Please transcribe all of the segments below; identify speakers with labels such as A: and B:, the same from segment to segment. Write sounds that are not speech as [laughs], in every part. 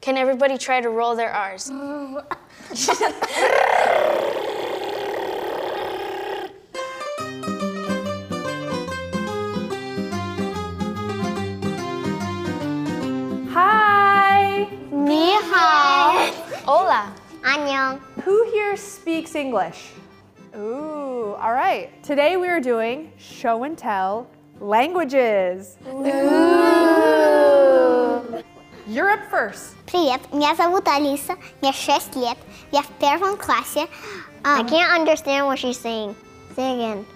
A: Can everybody try to roll their R's?
B: Hi!
A: Ni hao. Hola.
C: 안녕.
B: Who here speaks English? Ooh, all right. Today we are doing show and tell languages. Europe first.
C: Привет, меня зовут Алиса, мне 6 лет, я в первом классе. I can't understand what she's saying. Say again.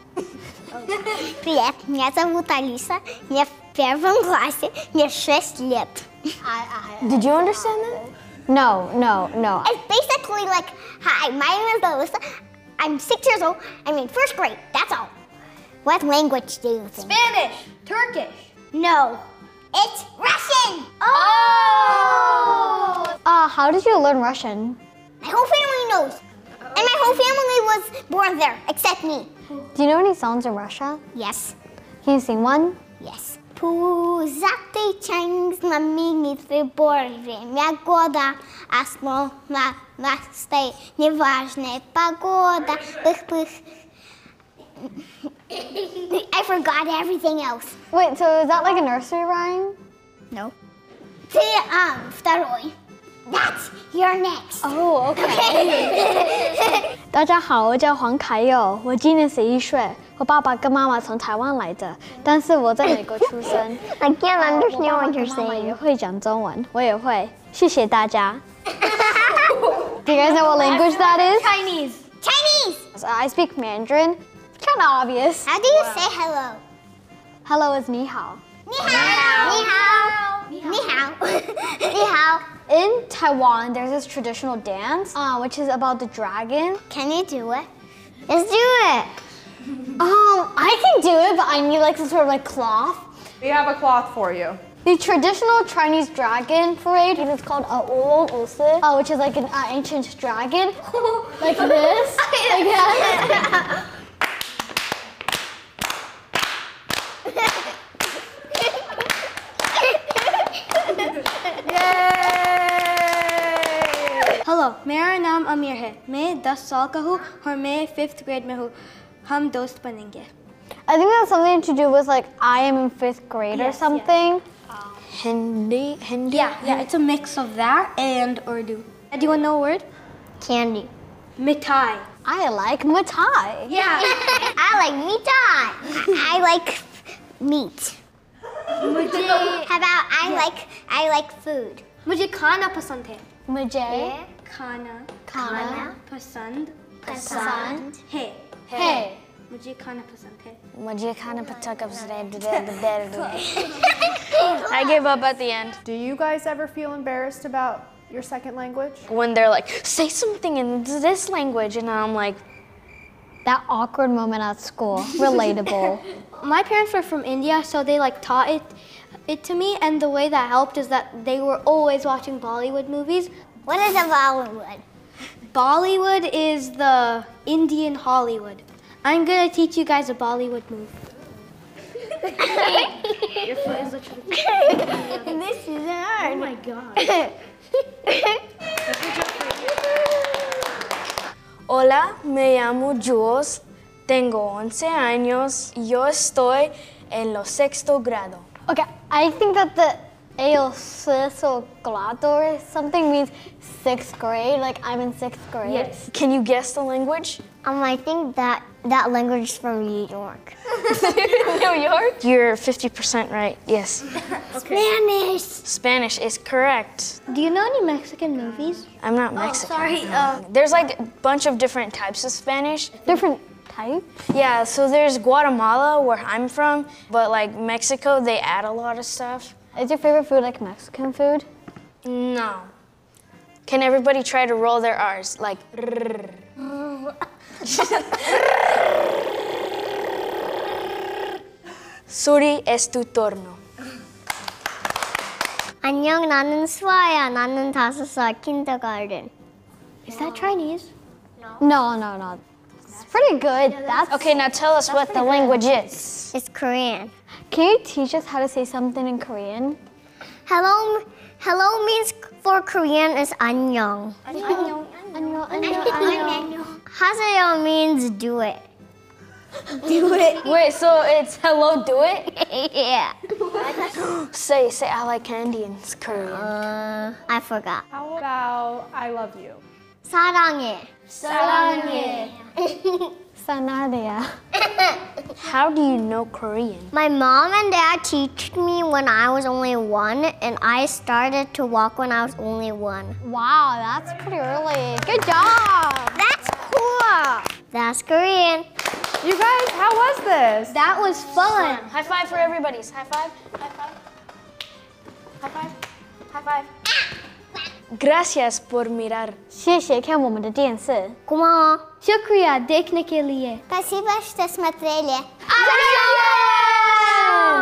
C: Привет, меня зовут Алиса, я в первом классе, мне 6 лет.
A: Did you understand that? No, no, no.
C: It's basically like, hi, my name is Alisa, I'm six years old, I'm in first grade, that's all. What language do you think?
D: Spanish, Turkish.
C: No, it's Russian.
D: Oh!
A: Uh, how did you learn Russian?
C: My whole family knows, and my whole family was born there, except me.
A: Do you know any songs in Russia?
C: Yes.
A: Can you sing one?
C: Yes. Пузатый чайник знаменитый бор время года, Основа настей неважная погода, пых-пых. [laughs] I forgot everything else.
A: Wait, so is that like a nursery rhyme?
C: No. Ты um, второй. That's your next. [laughs]
A: Oh, [laughs]
C: Okay.
A: 大家好，我叫黄凯友，我今年十一岁，我爸爸跟妈妈从台湾来的，但是我在美国出 [laughs] 生。
C: I [laughs] can't
A: 我爸爸跟妈妈也会讲中文，我也会。谢谢大家。Do you guys know what language that is?
D: Chinese.
C: Chinese.
A: I speak Mandarin. Kind of obvious.
C: How do you say hello?
A: Hello is 你好。
C: Ni hao. Ni hao. Ni hao. [laughs]
A: In Taiwan, there's this traditional dance, uh, which is about the dragon.
C: Can you do it?
A: Let's do it. Um, I can do it, but I need like some sort of like cloth.
B: We have a cloth for you.
A: The traditional Chinese dragon parade is called a Oolong Osi, uh, which is like an uh, ancient
E: [laughs]
A: dragon, like this. I guess.
F: Hello मेरा नाम अमीर है मैं 10 साल का हूँ और मैं फिफ्थ ग्रेड में हूँ हम दोस्त बनेंगे
A: I think that's something to do with like I am in fifth grade or something. Hindi, Hindi.
F: Yeah, yeah, it's a mix of that and Urdu. Do you want to know a word?
C: [laughs] Candy.
F: Mitai.
A: I like Matai.
F: Yeah.
C: I like meat on. I like meat. How about I like I like food.
F: [laughs] मुझे खाना पसंद है
A: Majay.
F: खाना
C: Kana.
F: पसंद
C: Pasand.
F: है
A: Hey.
F: मुझे खाना पसंद है
A: Majay kind of took up today.
E: I gave up at the end
B: Do you guys ever feel embarrassed about your second language?
E: when they're like, say something in this language, and I'm like,
A: That awkward moment at
E: [laughs]
A: school. Relatable.
F: My parents were from India, so they like taught it it to me, and the way that helped is that they were always watching Bollywood movies.
C: What is a Bollywood?
F: Bollywood is the Indian Hollywood. I'm gonna teach you guys a Bollywood move. Your foot is literally.
C: this is hard.
F: Oh my god.
E: [laughs] Hola, me llamo Jules, tengo 11 años, y yo estoy en lo sexto grado.
A: okay, I think that the El Ciso Glado or something means sixth grade. Like I'm in sixth grade.
E: Can you guess the language?
C: Um, I think that that language is from New York.
E: New York? You're 50% right, yes.
C: Spanish.
E: Spanish is correct.
F: Do you know any Mexican movies?
E: I'm not Mexican. There's like a bunch of different types of Spanish.
A: Different type.
E: Yeah, so there's Guatemala, where I'm from, but like Mexico, they add a lot of stuff.
A: Is your favorite food like Mexican food?
E: No. Can everybody try to roll their R's?
A: [laughs]
E: Like, rrrr. Suri es tu turno.
C: 안녕, 나는 수아야. 나는 다섯 살 kindergarten.
F: Is that Chinese?
A: No, no, no. It's pretty good. That's
E: Okay, now tell us what the language is.
C: It's Korean.
A: Can you teach us how to say something in Korean?
C: Hello, hello means for Korean is annyeong. Haseo means do it.
E: Wait, so it's hello, do it?
C: [laughs] yeah.
E: Say, say, I like candy in Korean.
C: Uh, I forgot.
B: How about I love you?
C: 사랑해. [laughs]
A: Sanadea.
E: How do you know Korean?
C: My mom and dad teach me when I was only one, and I started to walk when I was only one.
A: Wow, that's pretty early. Good job.
C: That's cool. That's Korean.
B: You guys, how was this?
A: That was fun.
E: High five for everybody's. High five. High five. High five. High five. Gracias por mirar.
A: 谢谢看我们的电视。
C: 고마워.
F: Shukriya, dekne ke liye.
C: Спасибо, что смотрели.
A: Adios!